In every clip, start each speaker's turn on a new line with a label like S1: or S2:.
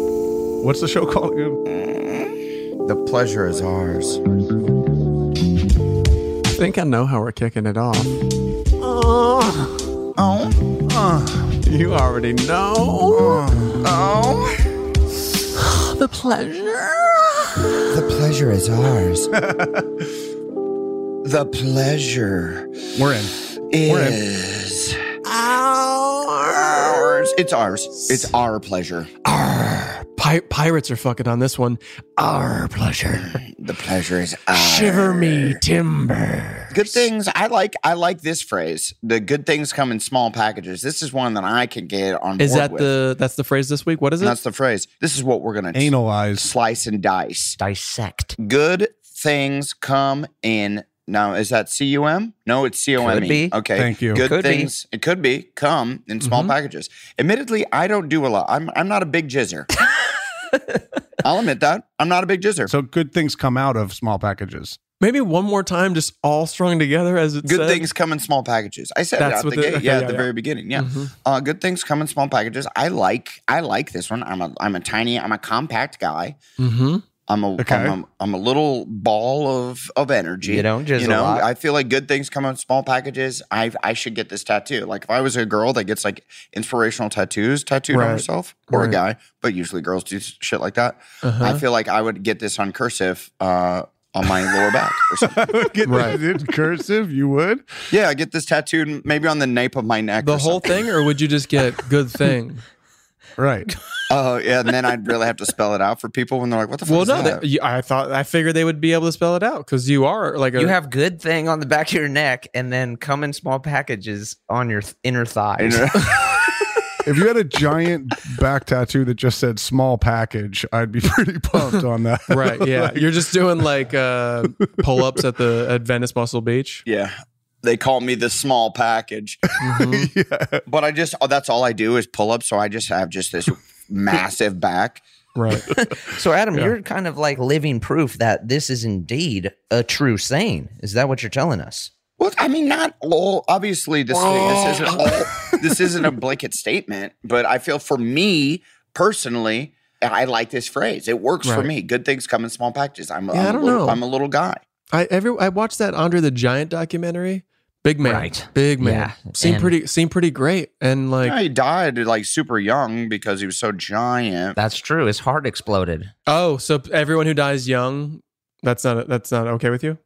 S1: What's the show called? again?
S2: The pleasure is ours.
S3: I think I know how we're kicking it off.
S1: Uh,
S2: Oh,
S3: Uh, You already know
S1: Uh.
S2: oh.
S3: the pleasure.
S2: The pleasure is ours. the pleasure
S1: We're in. We're in.
S2: is ours. It's ours. It's our pleasure.
S3: Pi- pirates are fucking on this one. Our pleasure.
S2: The pleasure is ours.
S3: Shiver me timber.
S2: Good things. I like. I like this phrase. The good things come in small packages. This is one that I can get on.
S3: Is
S2: board
S3: that
S2: with.
S3: the that's the phrase this week? What is it?
S2: That's the phrase. This is what we're gonna
S1: Analyze.
S2: slice and dice.
S4: Dissect.
S2: Good things come in. Now, is that C U M? No, it's C O M
S4: Could
S2: E.
S4: be.
S2: Okay.
S1: Thank you.
S2: Good
S4: Could be.
S2: things. It could be come in small
S3: Mhm.
S2: packages. Admittedly, I don't do a lot. I'm, I'm not a big jizzer. I'll admit that. I'm not a big jizzer.
S1: So good things come out of small packages.
S3: Maybe one more time, just all strung together as it
S2: good
S3: said.
S2: things come in small packages. I said
S3: That's
S2: it out the
S3: what the-
S2: gate.
S3: okay,
S2: yeah, at
S3: yeah,
S2: the
S3: yeah.
S2: very beginning. Yeah.
S3: Mhm.
S2: Uh, good things come in small packages. I like I like this one. I'm a I'm a tiny, I'm a compact guy.
S3: Mm-hmm.
S2: I'm a
S1: Okay.
S2: am a, I'm a little ball of of energy.
S4: You don't jizz
S2: you know,
S4: a lot.
S2: I feel like good things come in small packages. I I should get this tattoo. Like if I was a girl that gets like inspirational tattoos tattooed
S3: Right.
S2: on herself, or
S3: Right.
S2: a guy, but usually girls do s- shit like that.
S3: Uh-huh.
S2: I feel like I would get this on cursive uh, on my lower back or something.
S1: get
S3: Right.
S1: that in cursive. You would.
S2: Yeah, I get this tattooed maybe on the nape of my neck.
S3: the
S2: or
S3: whole
S2: something.
S3: thing, or would you just get good thing?
S1: Right.
S2: Oh yeah, and then I'd really have to spell it out for people when they're like, "What the fuck?"
S3: well,
S2: is
S3: no,
S2: that?
S3: they, you- I thought I figured they would be able to spell it out because you are like a,
S4: You have good thing on the back of your neck, and then come in small packages on your th- inner thighs.
S1: If you had a giant back tattoo that just said small package, I'd be pretty pumped on that.
S3: right. Yeah,
S1: Like,
S3: you're just doing like uh, pull ups at the at Venice Muscle Beach.
S2: yeah, they call me the small package.
S3: Mhm.
S1: yeah.
S2: But I just oh, that's all I do is pull up, so I just have just this massive back.
S3: Right.
S4: so, Adam,
S3: Yeah.
S4: you're kind of like living proof that this is indeed a true saying. Is that what you're telling us?
S2: Well, I mean, not all. Obviously, this this isn't all. This isn't a blanket statement, but I feel for me personally, I like this phrase. It works for
S3: Right.
S2: me. Good things come in small packages. I'm,
S3: Yeah,
S2: I'm
S3: I
S2: a
S3: don't
S2: little,
S3: know.
S2: I'm a little guy.
S3: I every I watched that Andre the Giant documentary. Big man,
S4: Right.
S3: big man.
S4: Yeah,
S3: Seemed
S4: and-
S3: pretty seemed pretty great, and like
S2: Yeah, he died like super young because he was so giant.
S4: That's true. His heart exploded.
S3: oh, so everyone who dies young, that's not that's not okay with you.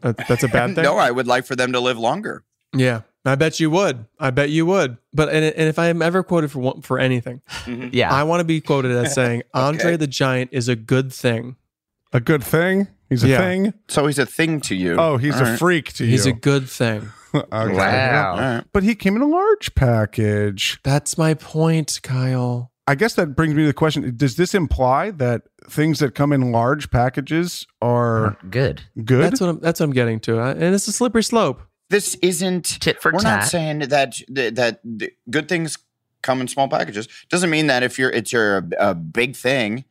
S3: That, that's a bad thing.
S2: Mm, no, I would like for them to live longer.
S3: yeah, I bet you would. I bet you would. But and, and if I am ever quoted for one, for anything,
S2: Mhm.
S4: Yeah.
S3: I want to be quoted as saying Andre the Giant is a good thing.
S1: A good thing. He's a
S3: Yeah.
S1: thing.
S2: So he's a thing to you.
S1: Oh, he's
S2: All
S1: a
S2: right.
S1: freak to
S3: He's a
S1: you.
S3: good thing.
S1: Okay.
S4: Wow.
S2: All right.
S1: But he came in a large package.
S3: That's my point, Kyle.
S1: I guess that brings me to the question: Does this imply that things that come in large packages are
S4: Good.
S1: good?
S3: That's what I'm, that's what I'm getting to, I- and it's a slippery slope.
S2: This isn't.
S4: Tit for
S2: we're not
S4: tat.
S2: saying that that, that the good things come in small packages. Doesn't mean that if you're it's your a big thing,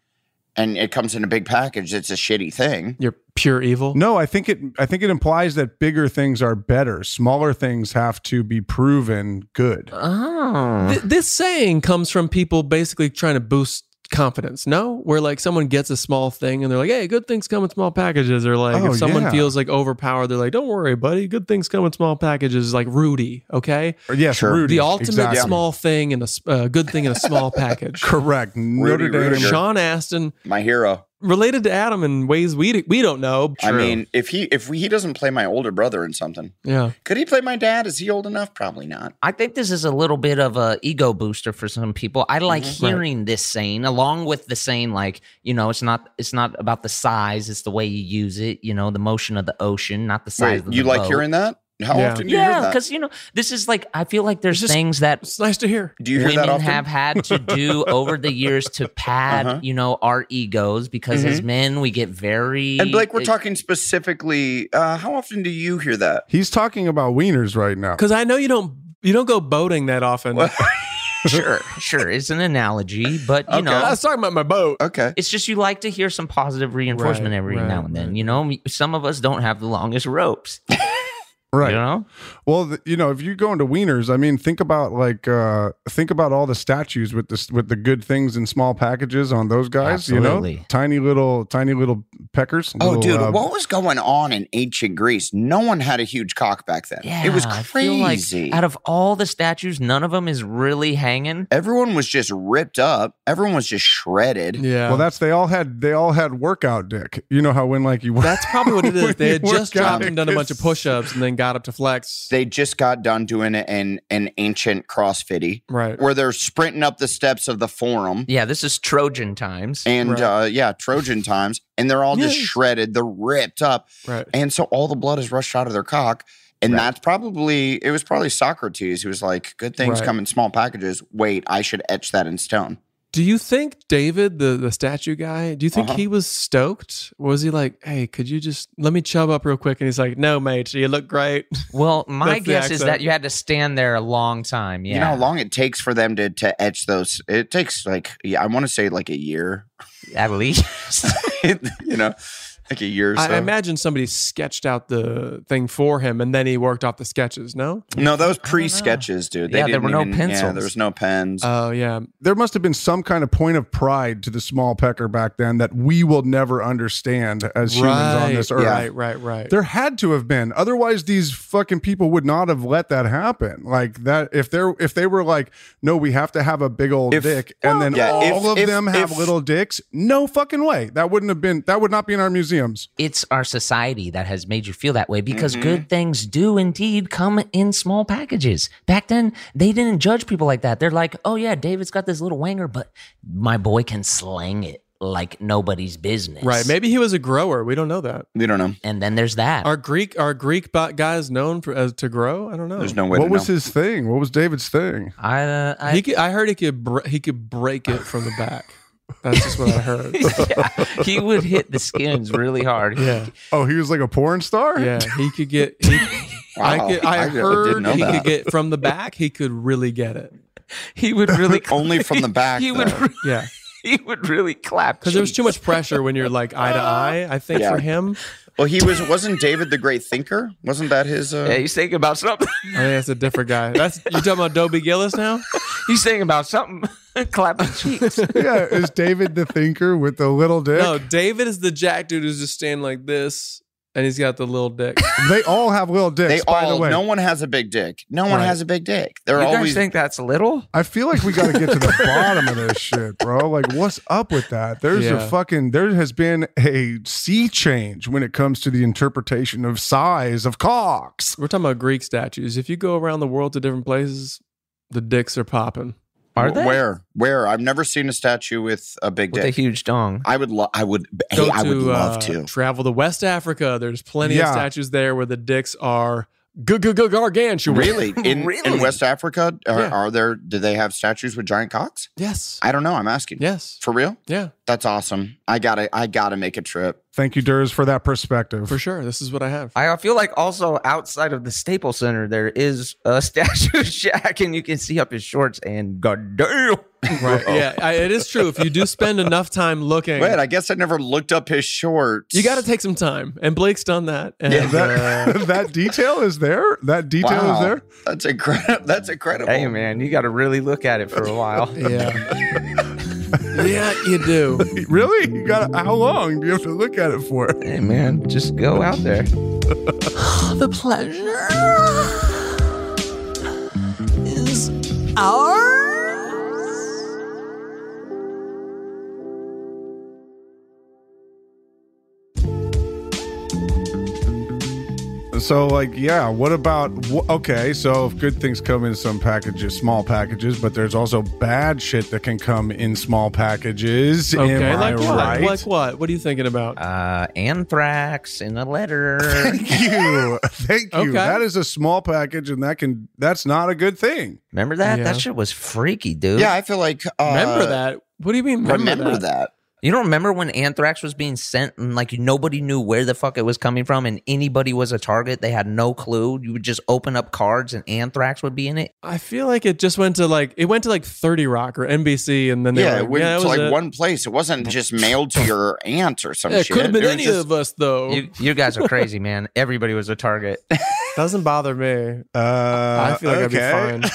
S2: and it comes in a big package, it's a shitty thing.
S3: You're pure evil.
S1: no, I think it. I think it implies that bigger things are better. Smaller things have to be proven good.
S4: Oh.
S3: Th- this saying comes from people basically trying to boost confidence. No, where like someone gets a small thing and they're like, "Hey, good things come in small packages," or like
S1: Oh,
S3: if someone
S1: yeah.
S3: feels like overpowered, they're like, "Don't worry, buddy. Good things come in small packages." Like Rudy, okay,
S1: Or yes,
S2: Sure.
S1: Rudy.
S3: the ultimate
S1: exactly.
S3: small thing and a s- uh, good thing in a small package.
S1: Correct. Notre Dame.
S2: Rudiger.
S3: Sean Aston
S2: My hero.
S3: related to Adam in ways we we don't know.
S2: I mean, if he if he doesn't play my older brother in something,
S3: yeah,
S2: could he play my dad? Is he old enough? Probably not.
S4: I think this is a little bit of a ego booster for some people. I like
S2: Mhm.
S3: Right.
S4: hearing this saying along with the saying like, you know, it's not it's not about the size, it's the way you use it, you know, the motion of the ocean, not the size
S2: Wait,
S4: of the
S2: you like
S4: boat.
S2: hearing that? How
S3: Yeah.
S2: often do you hear
S4: Yeah,
S2: that?
S4: because you know, this is like I feel like there's
S3: It's just-
S4: things that
S3: it's nice to hear.
S2: do you hear
S4: women
S2: that often?
S4: have had to do over the years to pad,
S2: Uh-huh. Mm-hmm.
S4: you know, our egos because as men we get very
S2: and Blake, we're
S4: uh,
S2: talking specifically. Uh, how often do you hear that?
S1: He's talking about wieners right now.
S3: Because I know you don't you don't go boating that often.
S2: Well,
S4: sure, sure, it's an analogy, but you
S2: Okay.
S4: know,
S3: I was talking about my boat.
S2: Okay.
S4: it's just you like to hear some positive reinforcement
S3: Right,
S4: every
S3: right,
S4: now and then.
S3: right.
S4: You know, some of us don't have the longest ropes.
S1: Right.
S4: You know?
S1: Well, th- you know, if you go into Wieners, I mean, think about like uh think about all the statues with this with the good things in small packages on those guys. You know,
S4: Absolutely.
S1: tiny little tiny little peckers.
S2: Oh,
S1: little,
S2: dude,
S1: uh,
S2: what was going on in ancient Greece? No one had a huge cock back then. it was
S4: I feel like
S2: crazy.
S4: out of all the statues, none of them is really hanging.
S2: Everyone was just ripped up. Everyone was just shredded.
S3: Yeah.
S1: Well, that's they all had they all had workout dick. You know how when like you
S3: that's probably what it is. They had
S1: When you
S3: just
S1: work out,
S3: dropped and done a
S1: it
S3: bunch of
S1: is-
S3: push-ups and then got up to flex.
S2: They just got done doing an an ancient CrossFitty
S3: Right.
S2: where they're sprinting up the steps of the forum.
S4: Yeah, this is Trojan times.
S2: And
S3: Right.
S2: uh, yeah, Trojan times, and they're all just
S3: Yes.
S2: shredded. They're ripped up,
S3: Right.
S2: and so all the blood is rushed out of their cock. And
S4: Right.
S2: that's probably it was probably Socrates who was like, "Good things
S3: Right.
S2: come in small packages." Wait, I should etch that in stone.
S3: Do you think David, the, the statue guy, do you think
S2: Uh-huh.
S3: he was stoked? Was he like, hey, could you just let me chub up real quick? And he's like, no, mate, you look great.
S4: Well, my
S3: That's the
S4: guess is
S3: accent.
S4: that you had to stand there a long time. Yeah.
S2: You know how long it takes for them to to etch those? It takes like yeah, I want to say like a year.
S4: At least.
S2: you know, like a year or so.
S3: I imagine somebody sketched out the thing for him and then he worked off the sketches, no?
S2: no, that was
S4: know.
S2: pre sketches, dude. They
S4: Yeah, there
S2: didn't
S4: were no
S2: even- Yeah, there
S4: pencils.
S2: was no pens.
S3: Oh, yeah.
S1: there must have been some kind of point of pride to the small pecker back then that we will never understand as humans on this earth.
S3: Right, right, right.
S1: There had to have been. Otherwise, these fucking people would not have let that happen. Like that, if they're if they were like, no, we have to have a big old
S2: If-
S1: dick, and then
S2: yeah, if-
S1: all of
S2: if-
S1: them have
S2: if-
S1: little dicks, no fucking way. That wouldn't have been. That would not be in our museums.
S4: it's our society that has made you feel that way because
S2: Mhm.
S4: good things do indeed come in small packages. Back then, they didn't judge people like that. They're like, oh, yeah, David's got this little wanger, but my boy can slang it like nobody's business.
S3: right. Maybe he was a grower. We don't know that.
S2: we don't know.
S4: And then there's that.
S3: Are Greek are Greek bo- guys known for as to grow? I don't know.
S2: There's no way.
S1: what
S2: to
S1: was
S2: know.
S1: his thing? What was David's thing?
S4: I, uh, I,
S3: he could, I heard he could br- he could break it from the back. That's just what I heard.
S4: Yeah, he would hit the skins really hard.
S3: Yeah,
S1: Oh, he was like a porn star.
S3: yeah. He could get. He, I, could, I,
S2: didn't
S3: heard
S2: know
S3: he
S2: that.
S3: could get from the back. He could really get it.
S4: He would really
S2: Only from the back.
S4: He would
S2: though.
S4: re-
S3: Yeah,
S4: he would really clap
S3: because there was too much pressure when you're like eye to eye. I think
S2: Yeah.
S3: for him,
S2: well, he was. Wasn't David the Great Thinker? Wasn't that his? Uh,
S4: Yeah, he's thinking about something.
S3: I think that's a different guy. That's you talking about Dobie Gillis now?
S4: He's thinking about something. Clapping cheeks.
S1: yeah. Is David the thinker with the little dick?
S3: No, David is the jack dude who's just standing like this, and he's got the little dick.
S1: They all have little dicks.
S2: they
S1: by the
S2: all.
S1: way,
S2: No one has a big dick. No one
S3: Right.
S2: has a big dick. They're
S4: you
S2: always.
S4: guys think that's little?
S1: I feel like we got to get to the bottom of this shit, bro. Like, what's up with that? There's
S3: Yeah.
S1: a fucking, there has been a sea change when it comes to the interpretation of size of cocks.
S3: We're talking about Greek statues. If you go around the world to different places, the dicks are popping.
S4: Are they?
S2: Where? Where? I've never seen a statue with a big
S4: With a
S2: dick.
S4: huge dong.
S2: I would love. I would.
S3: Go
S2: Hey, I would
S3: to,
S2: love
S3: uh,
S2: to.
S3: travel to West Africa. There's plenty of
S1: Yeah.
S3: statues there where the dicks are g- g- g- gargantuan.
S2: Really? In in
S4: Really?
S2: West Africa, are,
S3: Yeah.
S2: are there? Do they have statues with giant cocks?
S3: Yes.
S2: I don't know. I'm asking.
S3: Yes.
S2: For real?
S3: Yeah.
S2: That's awesome. I gotta. I gotta make a trip.
S1: Thank you, Durs, for that perspective.
S3: For sure. This is what I have.
S4: I feel like also outside of the Staples Center, there is a statue of Shaq, and you can see up his shorts. And goddamn, Oh,
S3: Right. Yeah. I, it is true. If you do spend enough time looking,
S2: Wait, I guess I never looked up his shorts.
S3: you got to take some time. And Blake's done that. And,
S2: Yeah,
S1: That,
S3: uh,
S1: that detail is there. That detail
S2: Wow.
S1: is there.
S2: That's incredible. That's incredible.
S4: hey man, you got to really look at it for a while.
S3: yeah. yeah, you do.
S1: Really? You got to how long do you have to look at it for?
S4: hey man, just go out there.
S5: the pleasure is ours.
S1: So, like, yeah, what about, wh- okay, so if good things come in some packages, small packages, but there's also bad shit that can come in small packages.
S3: Okay.
S1: Am
S3: like
S1: I
S3: what?
S1: right?
S3: Like what? What are you thinking about?
S4: Uh, anthrax in a letter.
S1: Thank you. Thank you.
S3: Okay.
S1: That is a small package and that can that's not a good thing.
S4: Remember that?
S3: Yeah.
S4: That shit was freaky, dude.
S2: Yeah, I feel like. Uh,
S3: remember that? What do you mean? Remember,
S2: Remember, that.
S4: You don't remember when anthrax was being sent and like nobody knew where the fuck it was coming from and anybody was a target? They had no clue. You would just open up cards and anthrax would be in it.
S3: I feel like it just went to like it went to like 30 Rock or NBC, and then they
S2: yeah,
S3: were
S2: it
S3: like,
S2: went
S3: yeah, that
S2: to
S3: was
S2: like
S3: it.
S2: one place. It wasn't just mailed to your aunt or some
S3: Yeah, it
S2: shit.
S3: could have been
S2: was
S3: any
S2: just-
S3: of us though.
S4: You, you guys are crazy, man. Everybody was a target.
S3: Doesn't bother me.
S1: Uh,
S3: I feel like I'd be fine.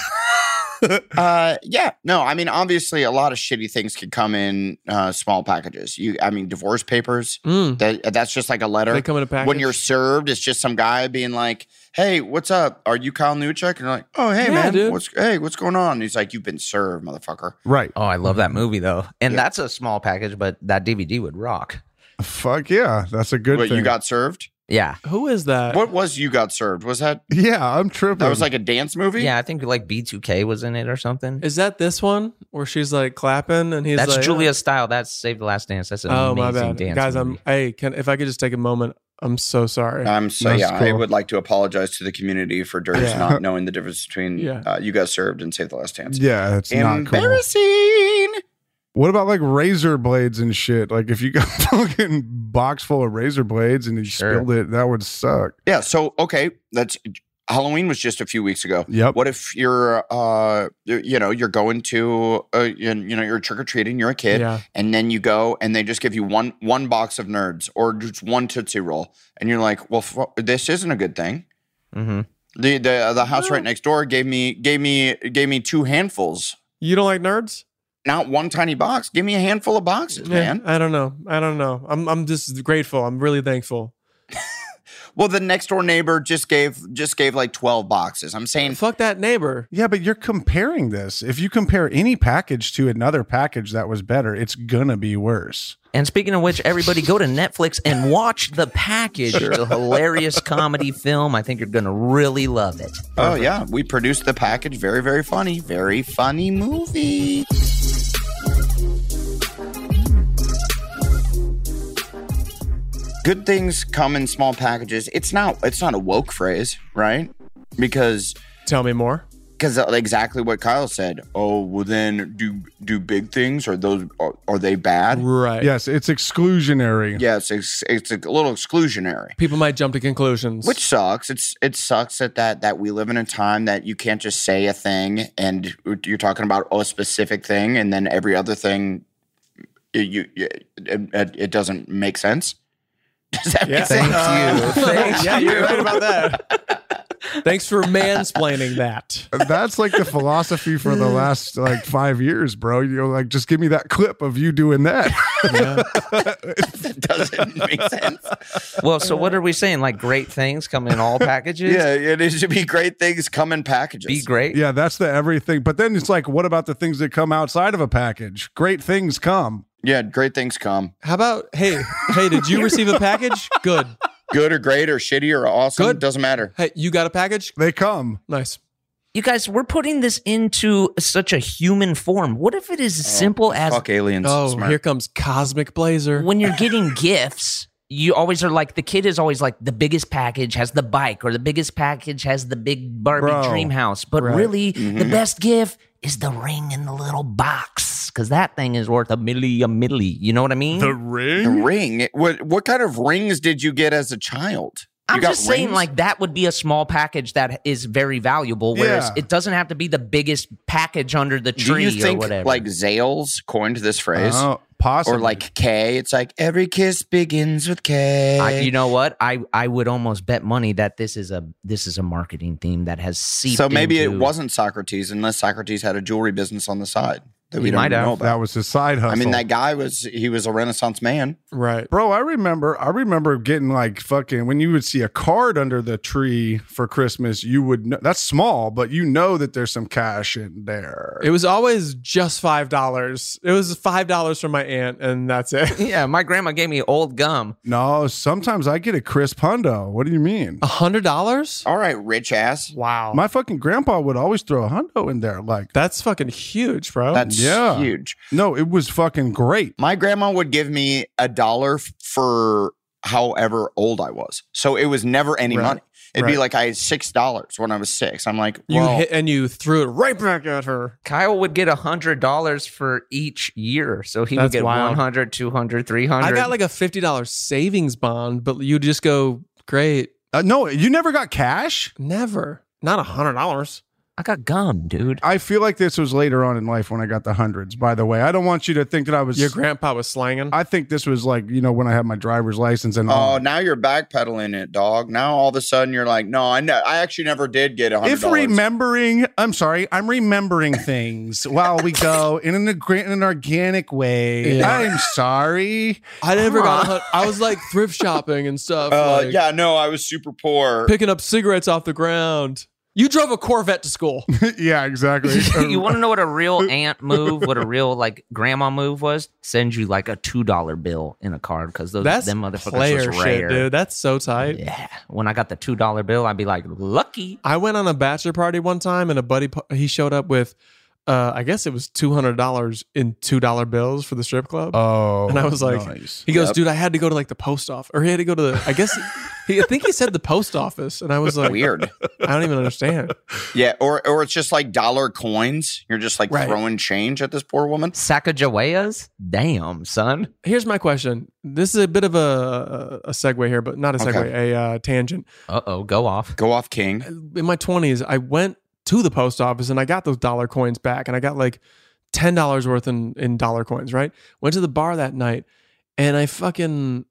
S2: Uh, yeah, no, I mean, obviously, a lot of shitty things could come in uh, small packages. You, I mean, divorce papers.
S3: Mm,
S2: That that's just like a letter.
S3: they come in a package.
S2: When you're served, it's just some guy being like, "Hey, what's up? Are you Kyle Newchuk?" And you're like, "Oh, hey,
S3: Yeah,
S2: man,
S3: dude.
S2: what's hey, what's going on?" And he's like, "You've been served, motherfucker."
S1: Right.
S4: Oh, I love that
S3: Mm-hmm.
S4: movie though. And
S2: Yeah.
S4: that's a small package, but that DVD would rock.
S1: Fuck yeah. That's a good
S2: but
S1: thing.
S2: you got served.
S4: Yeah.
S3: who is that?
S2: What was you got served? Was that
S1: yeah, I'm tripping.
S2: that was like a dance movie?
S4: Yeah, I think like B2K was in it or something.
S3: Is that this one where she's like clapping and he's
S4: that's
S3: like,
S4: Julia Style. That's Save the Last Dance. That's an
S3: Oh my
S4: amazing
S3: bad,
S4: dance.
S3: guys.
S4: movie.
S3: I'm. Hey, can if I could just take a moment, I'm so sorry.
S2: I'm so
S1: That's
S2: yeah. I
S1: cool.
S2: would like to apologize to the community for Dirt's
S1: Yeah.
S2: not knowing the difference between
S3: Yeah.
S2: uh, you got served and Save the Last Dance.
S1: yeah, it's not cool.
S2: Embarrassing.
S1: What about like razor blades and shit? Like if you got a fucking box full of razor blades and you
S4: Sure.
S1: spilled it, that would suck.
S2: Yeah. So okay, that's Halloween was just a few weeks ago.
S1: Yep.
S2: What if you're, uh, you you know, you're going to, uh, you you know, you're trick or treating, you're a kid,
S3: yeah.
S2: and then you go and they just give you one one box of nerds or just one tootsie roll, and you're like, well, fu this isn't a good thing.
S4: Mhm.
S2: The the the house
S3: No.
S2: right next door gave me gave me gave me two handfuls,
S3: You don't like nerds?
S2: not one tiny box. Give me a handful of boxes,
S3: Yeah,
S2: man.
S3: I don't know. I don't know. I'm. I'm just grateful. I'm really thankful.
S2: Well, the next door neighbor just gave just gave like twelve boxes. I'm saying
S3: Fuck that neighbor.
S1: Yeah, but you're comparing this. If you compare any package to another package that was better, it's gonna be worse.
S4: And speaking of which, everybody go to Netflix and watch The Package. It's a hilarious comedy film. I think you're going to really love it.
S2: Oh yeah, we produced the package. Very very funny. Very funny movie. Good things come in small packages. It's not it's not a woke phrase, right? Because
S3: Tell me more.
S2: because exactly what Kyle said. Oh well, then do do big things are those are, are they bad?
S3: Right.
S1: Yes, it's exclusionary.
S2: Yes, it's it's a little exclusionary.
S3: People might jump to conclusions.
S2: which sucks it's it sucks that, that that we live in a time that you can't just say a thing and you're talking about a specific thing and then every other thing you, you it, it, it doesn't make sense does that
S3: Yeah.
S2: make sense
S4: Thank you. Thank
S3: yeah,
S4: you.
S3: you're right about that. Thanks for mansplaining that.
S1: That's like the philosophy for the last like five years, bro. You're like, just give me that clip of you doing that.
S3: Yeah.
S2: It doesn't make sense
S4: Well, so what are we saying? Like great things come in all packages?
S2: yeah it is to be great things come in packages
S4: Be great.
S1: yeah, that's the everything. But then it's like, what about the things that come outside of a package? Great things come.
S2: yeah great things come
S3: How about hey, hey, did you receive a package? Good.
S2: good or great or shitty or awesome
S3: Good.
S2: doesn't matter
S3: Hey, you got a package?
S1: They come.
S3: Nice.
S4: You guys, we're putting this into such a human form. What if it is as simple as
S2: fuck aliens
S3: Oh,
S2: Smart.
S3: here comes Cosmic Blazer.
S4: when you're getting gifts, you always are like the kid is always like the biggest package has the bike or the biggest package has the big Barbie
S1: Bro.
S4: dream house. But
S3: Right.
S4: really, the
S2: Mhm.
S4: best gift is the ring in the little box because that thing is worth a milli a milli. You know what I mean?
S2: the
S1: ring?
S2: ring what what kind of rings did you get as a child
S4: I'm
S2: You got
S4: just saying,
S2: rings?
S4: like that would be a small package that is very valuable. Whereas
S1: Yeah.
S4: it doesn't have to be the biggest package under the
S2: Do
S4: tree
S2: you
S4: or
S2: think
S4: whatever.
S2: like Zales coined this phrase?
S1: Oh, possibly.
S2: or like K? It's like every kiss begins with K.
S4: I, you know what? I, I would almost bet money that this is a this is a marketing theme that has seeped.
S2: so maybe it
S4: into-
S2: wasn't Socrates unless Socrates had a jewelry business on the side that we
S4: He
S2: don't
S4: might
S2: even
S4: have.
S2: know
S1: that
S2: about.
S1: was his side hustle.
S2: I mean, that guy was he was a Renaissance man.
S3: right.
S1: Bro, I remember I remember getting like fucking when you would see a card under the tree for Christmas, you would know that's small, but you know that there's some cash in there.
S3: It was always just five dollars. It was five dollars from my aunt, and that's it.
S4: Yeah, my grandma gave me old gum.
S1: no, sometimes I get a crisp hundo. What do you mean?
S3: A hundred dollars?
S2: All right, rich ass.
S3: Wow.
S1: My fucking grandpa would always throw a hundo in there. Like,
S3: that's fucking huge, bro.
S1: Oh,
S2: That's
S1: yeah.
S2: huge.
S1: no, it was fucking great.
S2: My grandma would give me a dollar f- for however old I was, so it was never any
S3: Right.
S2: money. It'd be
S1: Right.
S2: like I had six dollars when I was six. I'm like,
S3: You
S2: well,
S3: hit and you threw it right back at her.
S6: Kyle would get $100 for each year. So he would
S3: That's
S6: get
S3: wild.
S6: 100, 200, 300.
S3: I got like a fifty dollars savings bond, but you just go great.
S1: Uh, no, you never got cash.
S3: Never, not a hundred dollars.
S4: I got gum, dude.
S1: I feel like this was later on in life when I got the hundreds. By the way, I don't want you to think that I was.
S3: Your grandpa was slanging.
S1: I think this was like you know when I had my driver's license and
S2: oh, now you're backpedaling it, dog. Now all of a sudden you're like, no, I know, I actually never did get a hundred.
S1: if remembering, I'm sorry, I'm remembering things while we go in an, orga- in an organic way.
S3: Yeah.
S1: I'm sorry.
S3: I never
S6: Huh.
S3: got. A hun- I was like thrift shopping and stuff.
S2: uh,
S3: like,
S2: yeah, no, I was super poor.
S3: picking up cigarettes off the ground. You drove a Corvette to school.
S1: yeah, exactly.
S4: you want to know what a real aunt move, what a real like grandma move was? Send you like a two dollar bill in a card because those
S3: That's
S4: them motherfuckers
S3: player
S4: was rare.
S3: shit, dude. That's so tight.
S4: Yeah. When I got the two dollar bill, I'd be like, lucky.
S3: I went on a bachelor party one time, and a buddy pa- he showed up with, uh, I guess it was two hundred dollars in two dollar bills for the strip club.
S1: oh,
S3: And I was like,
S1: nice.
S3: he goes,
S2: Yep.
S3: dude, I had to go to like the post office, or he had to go to the. I guess he, I think he said the post office, and I was like,
S2: Weird.
S3: I don't even understand.
S2: Yeah, or or it's just like dollar coins. You're just like
S3: Right.
S2: throwing change at this poor woman.
S4: Sacagaweas? Damn, son.
S3: Here's my question. This is a bit of a a segue here, but not a segue, a uh, tangent.
S4: Uh oh, go off.
S2: Go off, king.
S3: in my 20s, I went to the post office and I got those dollar coins back and I got like $10 worth in, in dollar coins, right? Went to the bar that night and I fucking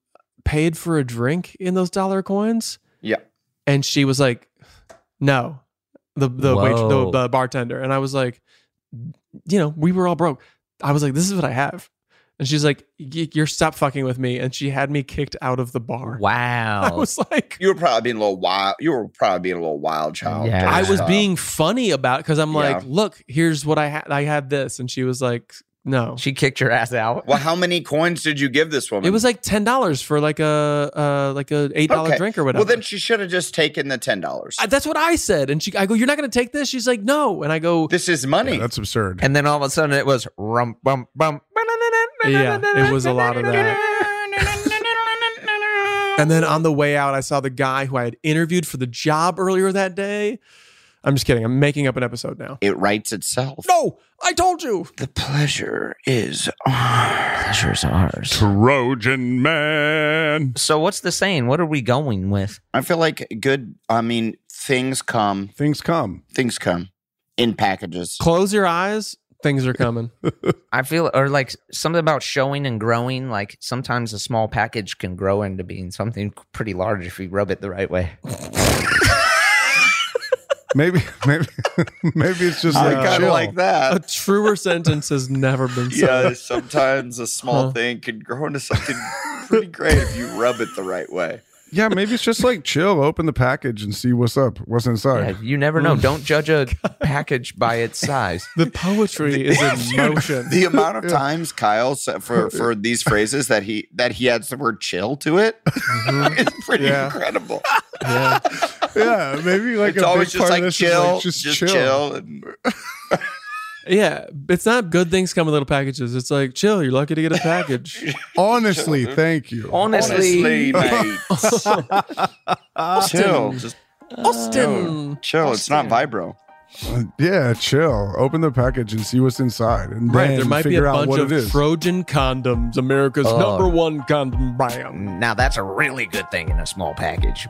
S3: paid for a drink in those dollar coins.
S2: Yeah.
S3: And she was like, no, the, the, wait, the,
S4: Whoa.
S3: the bartender. And I was like, you know, we were all broke. I was like, this is what I have. And she's like, "Y- you're stop fucking with me. And she had me kicked out of the bar. I
S4: Wow.
S3: was like,
S2: You were probably being a little wild. You were probably being a little wild child.
S4: Yeah.
S3: I
S2: during that
S3: was
S2: time.
S3: being funny about because I'm like,
S2: uh, Yeah.
S3: look, here's what I had. I had this, and she was like, no.
S4: she kicked your ass out.
S2: Well, how many coins did you give this woman?
S3: It was like ten dollars for like a uh, like a eight dollar
S2: Okay.
S3: drink or whatever.
S2: well, then she should have just taken the ten dollars.
S3: I- that's what I said, and she I go, you're not gonna take this. She's like, no, and I go,
S2: This is money.
S1: Yeah, that's absurd.
S6: and then all of a sudden it was rum, bum, bum.
S3: yeah, it was a lot of that. and then on the way out, I saw the guy who I had interviewed for the job earlier that day. I'm just kidding. I'm making up an episode now.
S2: it writes itself.
S3: No, I told you.
S2: The pleasure is ours.
S4: Pleasure's ours.
S1: Trojan man.
S4: So what's the saying? What are we going with?
S2: I feel like good. I mean, things come.
S1: Things come.
S2: Things come in packages.
S3: Close your eyes. Things are coming.
S4: I feel or like something about showing and growing. Like sometimes a small package can grow into being something pretty large if you rub it the right way.
S1: Maybe, maybe, maybe it's just
S2: I
S1: like
S2: kind
S1: chill.
S2: of like
S3: A
S2: that.
S3: truer sentence has never been said.
S2: Yeah, sometimes a small
S1: Uh-huh.
S3: Huh.
S2: thing can grow into something pretty great if you rub it the right way.
S1: yeah, maybe it's just like chill. Open the package and see what's up, what's inside.
S4: Yeah, you never know. Don't judge a
S6: Package by its size.
S3: The poetry is in motion.
S2: The amount of times Kyle said for for these phrases that he that he adds the word chill to it is
S1: Mm-hmm.
S2: pretty
S1: Yeah.
S2: incredible.
S3: yeah.
S1: Yeah, maybe like
S2: it's
S1: a
S2: always
S1: big part of
S2: just like
S1: this is,
S2: chill,
S1: like,
S2: just,
S1: just
S2: chill.
S1: chill.
S2: and-
S3: yeah. It's not good things come in little packages. It's like, chill, you're lucky to get a package.
S1: Honestly, thank you.
S4: honestly.
S2: Honestly, mate. chill, just
S3: Austin.
S2: chill. It's not vibro.
S1: Yeah, chill. Open the package and see what's inside, and
S3: Right.
S1: then
S3: There might be
S1: figure
S3: a
S1: out
S3: bunch
S1: what it
S3: of
S1: is. Uh,
S3: Trojan condoms, America's number one condom brand.
S4: Now that's a really good thing in a small package.